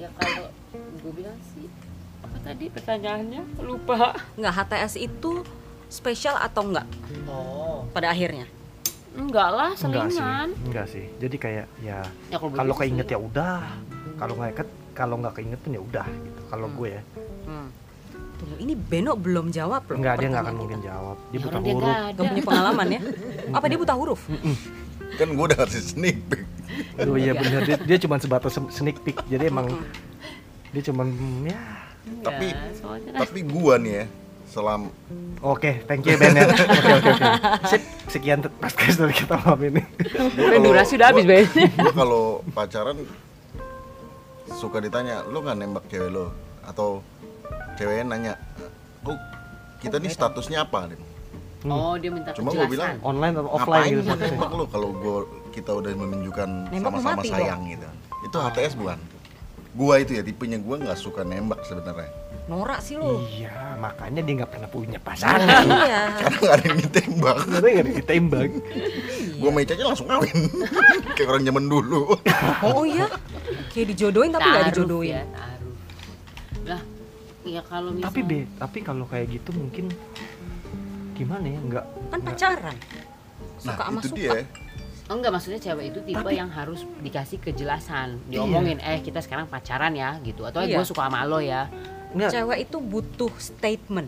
ya kalau gue gue bilang sih apa tadi pertanyaannya lupa Nggak HTS itu spesial atau enggak oh pada akhirnya? enggak lah enggak sih selingan enggak sih jadi kayak ya ya, kalau kalau begitu keinget sih. ya udah kalau nggak inget kalau nggak keingetan ya udah gitu kalau Hmm. gue ya Hmm. Tunggu, ini Beno belum jawab loh. nggak dia nggak akan pertanyaan mungkin kita. jawab dia Ya buta orang huruf nggak Nggak ada. punya pengalaman ya? Apa dia buta huruf? kan gue udah kasih sneak peek Aduh iya bener dia, dia cuma sebatas sem- sneak peek jadi emang dia cuma ya Enggak, Tapi- Iya, soalnya kan tapi gue nih ya selam oke thank you Ben ya. oke oke oke sip sekian te- podcast dari kita malam ini Udah, Kan Kan durasi udah habis, Ben. gue kalau pacaran suka ditanya lu nggak nembak cewek lo atau ceweknya nanya oh kita nih statusnya apa Din? oh dia minta Cuma gua kejelasan bilang, online atau offline ngapain gitu gua podcastnya. nembak lu kalau gua kita udah menunjukkan Nembak lu sama-sama mati sayang gitu itu HTS bukan gua itu ya tipenya gua nggak suka nembak sebenarnya Norak sih lo. iya makanya dia nggak pernah punya pasangan Iya. karena nggak ada yang ditembak karena nggak ada ditembak Iya gua main aja langsung kawin kayak orang zaman dulu Oh iya. Kayak dijodohin tapi nggak Taaruf dijodohin. ya, taaruf. lah ya kalau misalnya tapi be tapi kalau kayak gitu mungkin gimana ya nggak Kan nggak- pacaran. nah Suka sama itu suka. dia Oh, enggak maksudnya cewek itu tipe yang harus dikasih kejelasan Iya. diomongin eh kita sekarang pacaran ya gitu atau Iya. gue suka sama lo ya nggak Cewek itu butuh statement.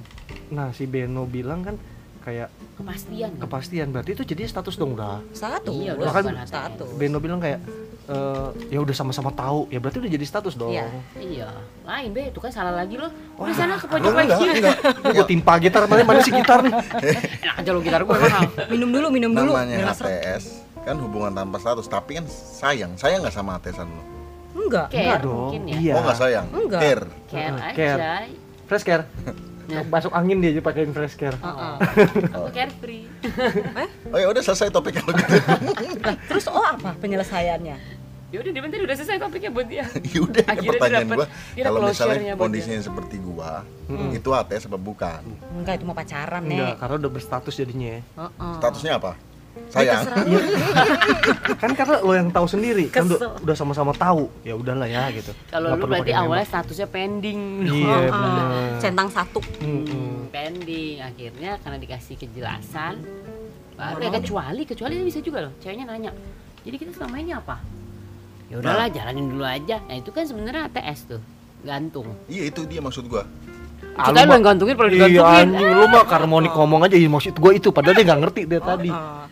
nah si Beno bilang kan kayak kepastian gitu. kepastian berarti itu jadi status dong udah Satu. Iya, udah bukan HTS. satu. Beno bilang kayak eh, ya udah sama-sama tahu ya berarti udah jadi status dong Iya. iya lain be itu kan salah lagi lo Wah, udah sana ke Lu pojok nggak lagi nggak gue timpa gitar mana mana sih gitar nih enak aja lo gitar gue mahal Minum dulu, minum dulu. namanya Ngerasa- HTS kan hubungan tanpa status tapi kan sayang sayang nggak sama HTSan lo Enggak. care Enggak dong. mungkin ya Iya. oh nggak sayang Nggak. care care Heeh, aja care. fresh care Nah. masuk angin dia aja pakein fresh care Heeh. aku carefree oh ya udah selesai topik kalau gitu Terus oh apa penyelesaiannya? ya udah dia bentar udah selesai topiknya buat dia ya udah Akhirnya dia pertanyaan dapet- gua dia kalau dapet closure-nya misalnya buat kondisinya seperti gua Mm-mm. itu HTS apa bukan Enggak itu mau pacaran, enggak Nek. karena udah berstatus jadinya ya Heeh. statusnya apa sayang Terserah Iya, lu. kan karena lo yang tahu sendiri kan Kesel. udah, udah sama-sama tahu ya udahlah ya gitu kalau Nggak lu perlu berarti pakai nembak. awalnya Oh, statusnya pending iya Heeh. bener Centang satu. Mm-mm. pending akhirnya karena dikasih kejelasan baru Mau ya mau. kecuali kecuali bisa juga loh ceweknya nanya jadi kita selama ini apa ya udahlah jalanin dulu aja nah itu kan sebenarnya ATS tuh gantung iya itu dia maksud gua Ah, kita lu lu mah- yang gantungin perlu Iya digantungin anjing lu mah harmonik ngomong aja ya, maksud gue itu padahal dia nggak ngerti dia Oh, tadi. Heeh.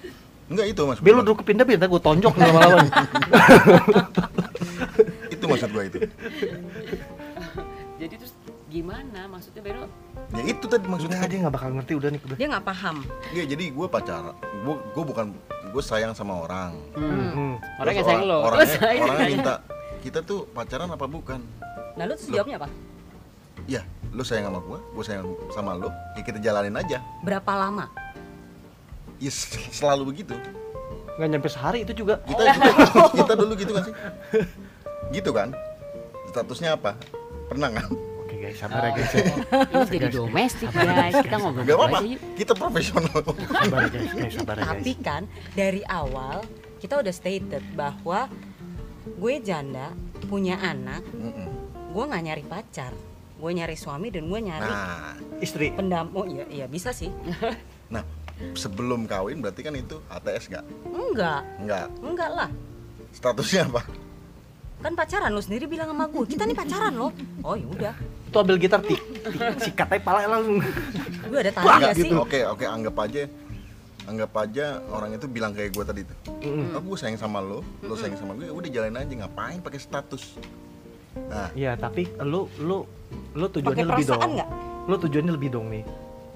enggak itu maksud Biar lu gua duduk pindah pindah gue tonjok nih lama-lama. itu maksud gua itu jadi terus gimana maksudnya Beno ya itu tadi maksudnya Maksudnya dia nggak bakal ngerti udah nih udah. Dia nggak paham. Iya jadi gue pacaran, gue gue bukan gue sayang sama orang. Hmm. Mm-mm. orang yang Terus sayang lo orang- Lu Orangnya, sayang. orangnya minta kita tuh pacaran apa bukan? Nah, lu terus jawabnya apa? Ya lu sayang sama gue, gue sayang sama lo, ya kita jalanin aja. Berapa Nah, lama? Ya s- selalu begitu. Nggak nyampe sehari itu juga. Kita kita, kita dulu gitu kan sih? Gitu kan? Statusnya apa? Pernah kan? Oke guys, sabar ya guys. ini jadi domestik guys kita ngobrol Gak ngobrol apa-apa, aja yuk kita profesional. Sabar ya guys, guys, sabar ya Tapi guys. kan dari awal kita udah stated bahwa gue janda, punya anak, Mm-mm. gue nggak nyari pacar, gue nyari suami dan gue nyari nah, Istri. pendamping. Oh iya, iya bisa sih. nah sebelum kawin berarti kan itu HTS nggak? Enggak, Nggak. enggak lah. Statusnya apa? Kan pacaran lu sendiri bilang sama gue, kita nih pacaran loh. Oh ya udah, Tuh ambil gitar tik, tik sikat aja pala langsung. gue Ah, iya ada tanya Enggak, nggak gitu. sih? Oke, oke, anggap aja anggap aja orang itu bilang kayak gue tadi tuh. Hmm. Mm-mm. Aku sayang sama lo, lo sayang sama gue, udah jalanin aja ngapain pakai status. Nah, Iya, tapi lu lu lu Pakai tujuannya lebih perasaan dong. nggak? Lu tujuannya lebih dong nih.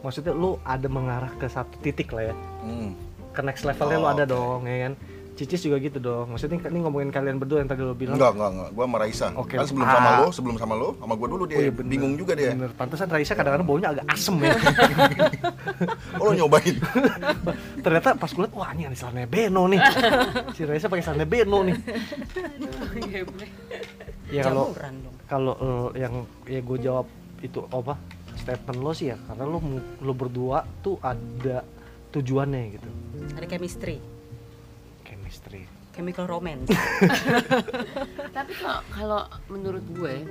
Maksudnya lu ada mengarah ke satu titik lah ya. hmm, Ke next levelnya lu Oh, ada oke. dong, ya kan? Cicis juga gitu dong. Maksudnya ini ngomongin kalian berdua yang tadi lu bilang. enggak, enggak, enggak. Gue sama Raisa. Oke. Kan sebelum sama Ah. lo, sebelum sama lo, sama gue dulu dia Oh iya, bener. bingung juga dia. Bener, pantesan Raisa kadang-kadang baunya agak asem ya. Oh, lo nyobain. Ternyata pas gue liat, wah ini ada celananya Beno nih. Si Raisa pakai celana Beno nih. Ya kalau Jamuran dong. kalau eh, yang ya gue jawab itu apa statement lo sih ya karena lo mu- lo berdua tuh ada tujuannya gitu Ada chemistry, chemistry chemical romance. tapi kalau kalau menurut gue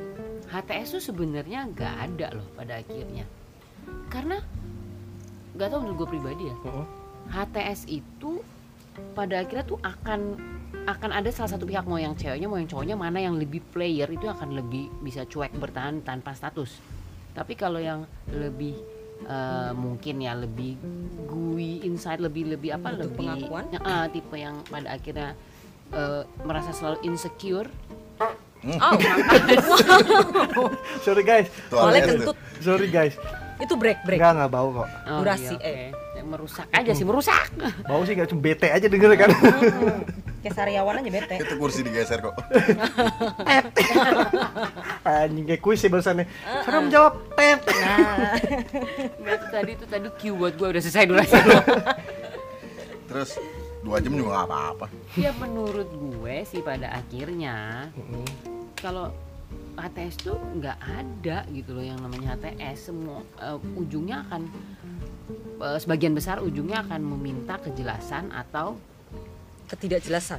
HTS tuh sebenarnya nggak ada loh pada akhirnya karena nggak tahu menurut gue pribadi ya Mm-mm. HTS itu pada akhirnya tuh akan akan ada salah satu pihak mau yang ceweknya mau yang cowoknya mana yang lebih player itu akan lebih bisa cuek bertahan tanpa status tapi kalau yang lebih eh, mungkin ya lebih gui inside lebih lebih apa Butuh lebih pengakuan. Ah, tipe yang pada akhirnya eh, merasa selalu insecure Oh, sorry guys Tuh, boleh alias kentut. sorry guys Itu break break. nggak nggak bau kok Oh, Durasi, oke. Yang merusak aja sih merusak bau sih nggak cuma bete aja denger kan Ah, Kayak sariawan aja bete. itu kursi digeser kok anjing kayak kuis sih barusannya karena menjawab tet Nah, Nggak, tuh tadi itu tadi cue buat gue udah selesai durasi terus dua jam juga nggak apa-apa ya menurut gue sih pada akhirnya kalau HTS tuh nggak ada gitu loh yang namanya HTS semua eh, ujungnya akan eh, sebagian besar ujungnya akan meminta kejelasan atau ketidakjelasan.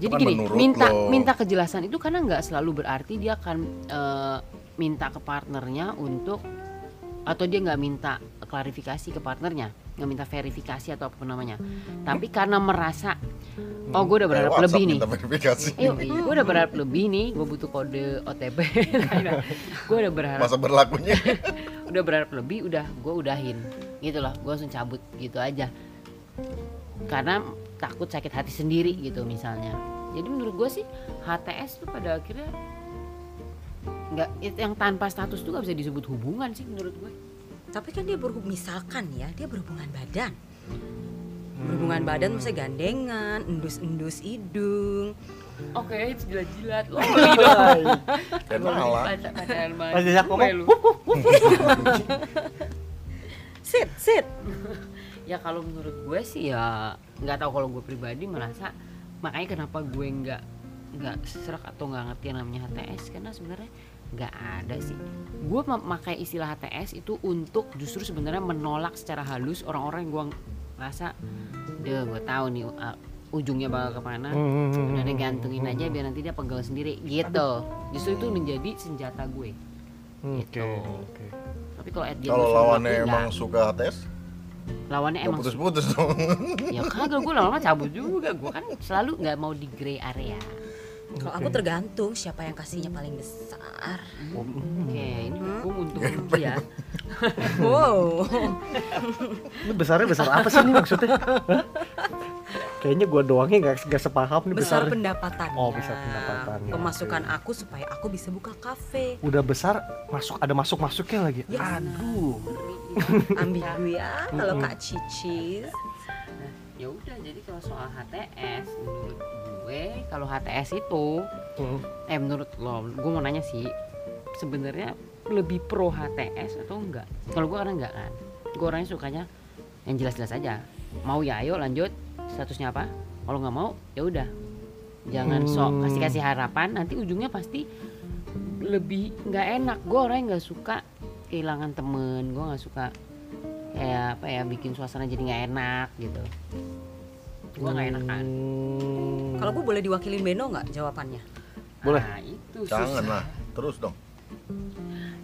jadi kan gini menurut minta lo. minta kejelasan itu karena nggak selalu berarti dia akan eh, minta ke partnernya untuk atau dia nggak minta klarifikasi ke partnernya nggak minta verifikasi atau apa namanya tapi karena merasa oh gue udah Kayak berharap Hmm. Eh, WhatsApp lebih nih minta Hmm. verifikasi Iya, gue udah berharap lebih nih. Gue butuh kode OTP. gue udah berharap, masa berlakunya udah berharap lebih. Udah, gue udahin. Gitu loh, gue langsung cabut gitu aja. Karena takut sakit hati sendiri gitu misalnya. Jadi menurut gue sih HTS tuh pada akhirnya nggak it- yang tanpa status tuh gak bisa disebut hubungan sih menurut gue. Tapi kan dia berhub misalkan ya, dia berhubungan badan. Berhubungan badan misalnya gandengan, endus-endus hidung. Oke, itu jilat-jilat. Lo dan malah Pas diajak gue ngomong, Sit, sit. ya kalau menurut gue sih ya nggak tahu kalau gue pribadi merasa makanya kenapa gue nggak nggak serak atau nggak ngerti yang namanya HTS karena sebenarnya nggak ada sih gue memakai istilah HTS itu untuk justru sebenarnya menolak secara halus orang-orang yang gue rasa deh gue tahu nih uh, ujungnya bakal kemana sebenarnya gantungin aja biar nanti dia pegel sendiri gitu justru itu menjadi senjata gue gitu. oke oke tapi kalau at the end kalau of the day, lawannya nggak. emang suka tes lawannya ya nah. emang putus-putus dong ya kagak gue lama-lama cabut juga gue kan selalu nggak mau di gray area Kalau aku tergantung siapa yang kasihnya paling besar. oke ini hukum untuk ya Wow. ini besarnya besar apa sih ini maksudnya Hah? kayaknya gue doangnya nggak nggak sepaham nih besar Besar pendapatannya. Oh, besar pendapatannya. Pemasukan aku supaya aku bisa buka kafe. udah besar masuk ada masuk masuknya lagi Yes. aduh Ambigu ya kalau Kak Cicis. ya udah jadi kalau soal HTS menurut gue kalau HTS itu eh menurut lo gue mau nanya sih sebenarnya lebih pro HTS atau enggak kalau gue karena enggak kan gue orangnya sukanya yang jelas-jelas aja mau ya ayo lanjut statusnya apa kalau nggak mau ya udah jangan sok Hmm. kasih kasih harapan nanti ujungnya pasti lebih nggak enak gue orang yang nggak suka kehilangan temen gue nggak suka kayak apa ya bikin suasana jadi nggak enak gitu gue nggak enakan Hmm. Kalau aku boleh diwakilin Beno nggak jawabannya? Boleh. Nah, itu jangan susah. lah terus dong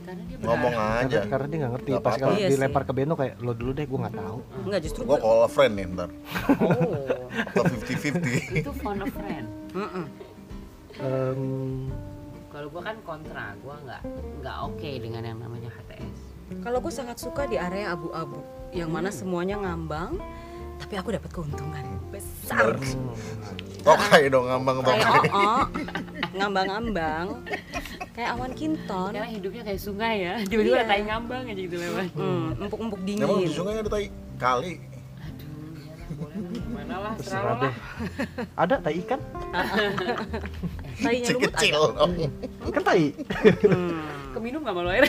Karena dia ngomong berharap- aja karena, karena dia nggak ngerti Nggak pas apa-apa. kalau Iya dilempar sih. Iya ke Beno kayak lo dulu deh gue nggak tahu Enggak justru gua gue- call a friend nih ntar Oh, atau 50-50 itu phone a friend. Mm-mm. Em, Kalau gua kan kontra, gua nggak nggak oke dengan yang namanya HTS. Kalau gue sangat suka di area abu-abu, yang mana semuanya ngambang, tapi aku dapat keuntungan besar. hmm. tokai dong ngambang Kayak tokai oo, ngambang-ngambang, kayak awan kinton, Karena hidupnya kayak sungai ya, tiba-tiba Iya. ada tai ngambang aja gitu lewat. Hmm, empuk-empuk oh, iya. emang di dingin. sungai ada tai kali Aduh, iyalah, boleh lah, gimana lah, terserah serah deh lah. ada tai kan? ikan Tainya lumut ada. kecil dong kan tai Hmm, Keminum nggak malu air?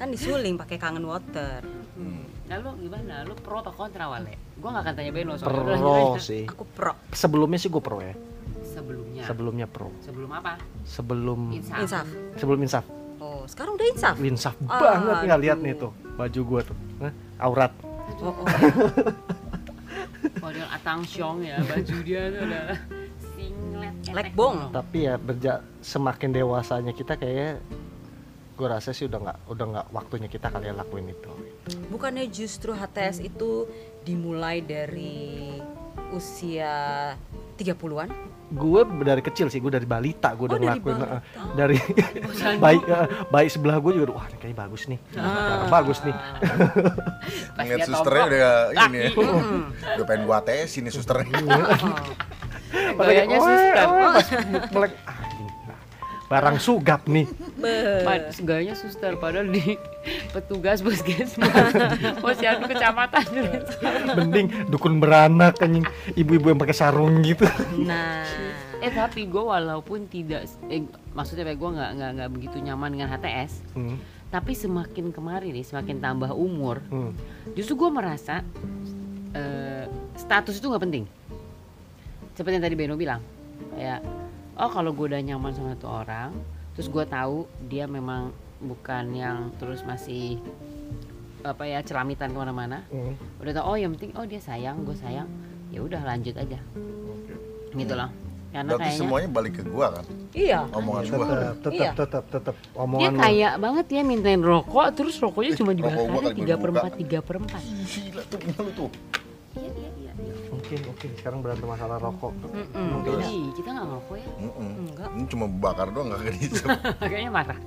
kan disuling pakai kangen water. Hmm. Nah lu gimana? Lu pro atau kontra Wale? Gua nggak akan tanya Beno soalnya Iya, lu lanjut pro aja. sih Aku pro sebelumnya sih gue pro ya Sebelumnya, sebelumnya pro sebelum apa? sebelum Insaf. Ya. insaf. sebelum insaf Oh, sekarang udah insaf. insaf Ah, banget nggak lihat nih aduh. tuh baju gue tuh Hah? aurat Oh, oh. Model Atang Syong ya, baju dia tuh ada singlet Lekbong. tapi ya berja semakin dewasanya kita kayak gue rasa sih udah nggak udah nggak waktunya kita kali ya lakuin itu Bukannya justru HTS itu dimulai dari usia 30-an? gue dari kecil sih gue dari balita gue Oh, udah dari ngelakuin balita. Oh, eh, dari baik eh, baik sebelah gue juga wah ini kayaknya bagus nih Ah. Nah, bagus nih Pas Ngeliat dia hmm. susternya tombol, udah ini laki. ya Mm-mm. Udah pengen gua tes ini Nah, susternya Oh. Gayanya "Weh, suster. weh," pas melek ah, ini, ah, barang sugap nih Pad- Gayanya suster padahal di petugas puskesmas posyandu kecamatan mending dukun beranak anjing ibu-ibu yang pakai sarung gitu Nah, eh tapi gue walaupun tidak eh, maksudnya gue nggak nggak nggak begitu nyaman dengan HTS Hmm, tapi semakin kemari nih semakin tambah umur hmm. justru gue merasa eh, status itu nggak penting seperti yang tadi Beno bilang kayak oh kalau gue udah nyaman sama tuh orang terus gue tahu dia memang bukan yang terus masih apa ya celamitan kemana-mana Hmm. udah tau oh yang penting oh dia sayang gue sayang ya udah lanjut aja gitu loh karena Berarti kayaknya semuanya balik ke gua kan iya. Omongan gua tetap tetap Iya. tetap tetap dia omongan lu. kayak banget ya mintain rokok terus rokoknya Ih, cuma rokok gua dibakarin kali tiga baru per empat dibuka. tiga per empat Ih, Gila tuh punya lu tuh iya iya iya iya. mungkin mungkin sekarang berantem masalah rokok Mm-mm. Mungkin ya. Ih, Iya, kita nggak ngerokok ya Mm-mm. Enggak. Ini cuma bakar doang gak kehisap kayaknya marah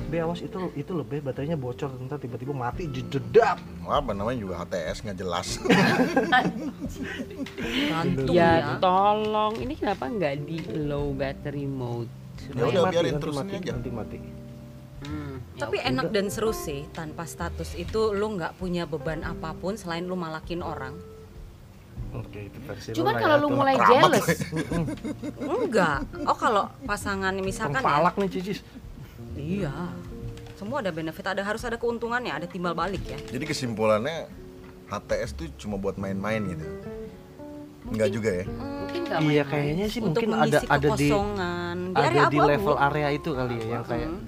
Be awas itu itu lebih baterainya bocor ntar tiba-tiba mati jedap. Apa namanya juga HTS nggak jelas Gantung Ya ya. tolong, ini kenapa nggak di low battery mode? Ya Supaya- udah, Nanti mati, biarin nanti terus mati, ini aja. Nanti mati. Hmm, ya Tapi oke. enak dan seru sih tanpa status itu lu nggak punya beban apapun selain lu malakin orang. Oke, itu versi Cuman lah kalau ya, lu tuh. mulai keramat jealous, Enggak. Oh kalau pasangan Orang misalkan ya, palak nih Cicis. Iya. Semua ada benefit, ada harus ada keuntungannya, ada timbal balik ya. Jadi kesimpulannya HTS tuh cuma buat main-main gitu Enggak juga ya mungkin nggak Iya, main-main. kayaknya sih Untuk mungkin ada mengisi ada di kekosongan di ada area di abu-abu. level area itu kali ya yang kayak Hmm.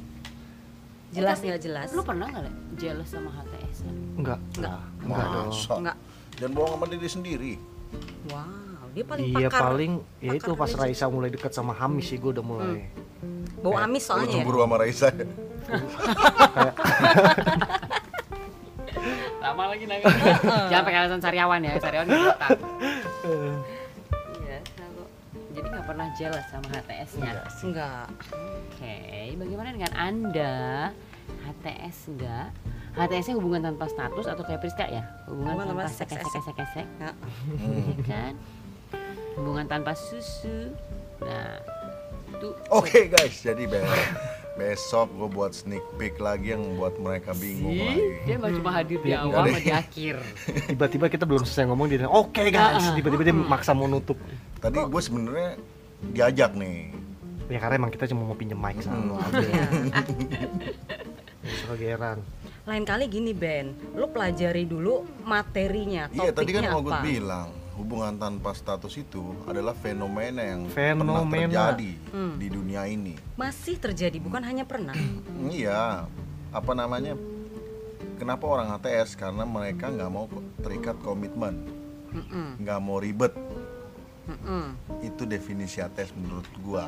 Jelas Eh, tapi nggak jelas? Lu pernah nggak Le, jealous sama HTS? enggak enggak enggak dong. Masa? Enggak. Jangan bohong sama diri sendiri Wow, dia paling Iya pakar. paling ya itu pakar Hmm. pas religi. Raisa mulai dekat sama Hamis sih gue udah mulai. Bau amis Lu soalnya ya. cemburu sama Raisa ya? Lama lagi nangis. Jangan pakai alasan sariawan ya, sariawan nggak datang. Iya, kalau- jadi nggak pernah jealous sama HTS-nya. Iya. Enggak. Oke, bagaimana dengan Anda? HTS enggak? HTS-nya hubungan tanpa status atau kayak Priska ya? Hubungan Hubungan tanpa tanpa seks, seks, seks, seks, seks, Ya. Hmm. ya kan? Hubungan tanpa susu. Nah, itu Oke guys, jadi be- besok gue buat sneak peek lagi yang buat mereka bingung Ih, lagi. dia mah cuma hadir di Iya, awal sama di akhir. Tiba-tiba kita belum selesai ngomong dia bilang, "Oke guys." Tiba-tiba Hmm. dia maksa mau nutup. Tadi gue sebenarnya diajak nih. Ya karena emang kita cuma mau pinjem mic sama lu aja. Ya. Suka geran. Lain kali gini Ben, lu pelajari dulu materinya, topiknya Iya tadi kan apa. mau gue bilang hubungan tanpa status itu adalah fenomena yang pernah Fenomena. terjadi Hmm. di dunia ini. Masih terjadi, bukan hanya pernah. Iya, apa namanya? Kenapa orang HTS? Karena mereka nggak mau terikat komitmen, Mm-mm, nggak mau ribet. mm-mm. Itu definisi HTS menurut gue.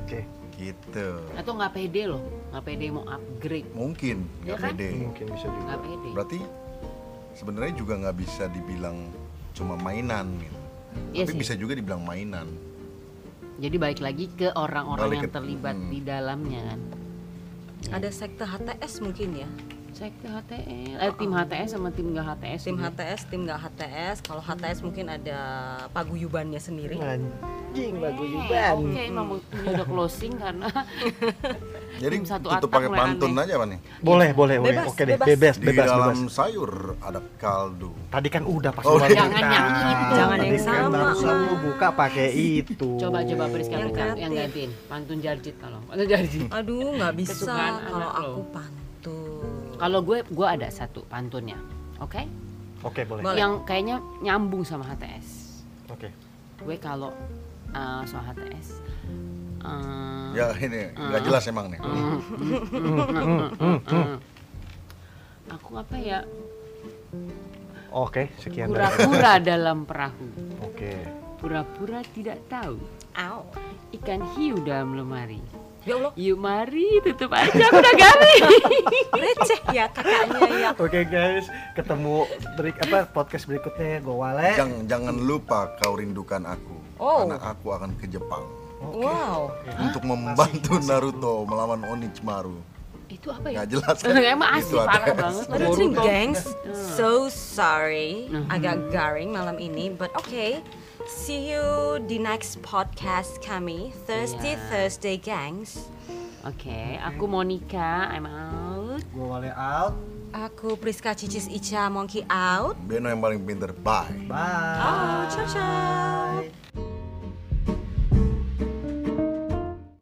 Oke. Gitu. Atau nggak pede loh, nggak pede mau upgrade, Mungkin Iya nggak kan? pede. Mungkin bisa juga. nggak pede. berarti sebenarnya juga nggak bisa dibilang cuma mainan gitu. Iya tapi sih. bisa juga dibilang mainan Jadi balik lagi ke orang-orang Balik yang ke- terlibat hmm. di dalamnya kan. Ada sekte HTS mungkin ya. Cek ke HTS, eh, tim HTS sama tim nggak HTS. Tim gitu. HTS, tim nggak HTS. Kalau HTS mungkin ada paguyubannya sendiri. Iya. Anjing Iya. Iya. Eh, Oh. Oke, emang ini udah closing karena jadi Hmm, satu tutup atap pakai mulai pantun aneh. aja apa nih Boleh, boleh, boleh. Bebas, Oke deh, bebas. bebas, di bebas, dalam bebas. sayur ada kaldu Tadi kan udah pas Oh, luar jangan kota. yang itu. iya. Jangan Tadi yang kan sama, barusan lu Mas. buka pakai itu. coba coba Priska Priska Yang yang, kreatif. Hmm. gantiin pantun jarjit kalau pantun jarjit. Aduh, nggak bisa Kesukaan kalau anak lo. aku pantun. Kan- Kalau gue gue ada satu pantunnya, oke? Oke, boleh. Boleh. Yang kayaknya nyambung sama HTS. Oke. Gue kalau uh, soal HTS, uh, ya ini nggak jelas emang nih mm, mm, mm, mm, mm, mm. aku apa ya Oke, sekian dari- kura-kura dalam perahu. Oke. pura-pura tidak tahu Au. ikan hiu dalam lemari. Ya Allah, Yuk mari tutup aja udah garing. receh ya kakaknya ya. Oke guys, ketemu break apa podcast berikutnya ya Gue Wale. Eh. Jangan, jangan lupa kau rindukan aku Oh. karena aku akan ke Jepang Oke. Wow. untuk membantu Masih- masih Naruto melawan Onichimaru. itu apa ya? Gak jelas kan? Emang Itu asli parah ATS. banget. Aduh, Cing, Boruto. gengs. Hmm. So sorry, Mhm. agak garing malam ini, but okay. See you di next podcast kami Thursday Iya. Thursday, gangs. Oke, aku Monica, I'm out. Gue Wale out. Aku Priska Cicis Ica Monkey out. Beno yang paling pinter. Bye. Bye. Oh, ciao ciao. Bye.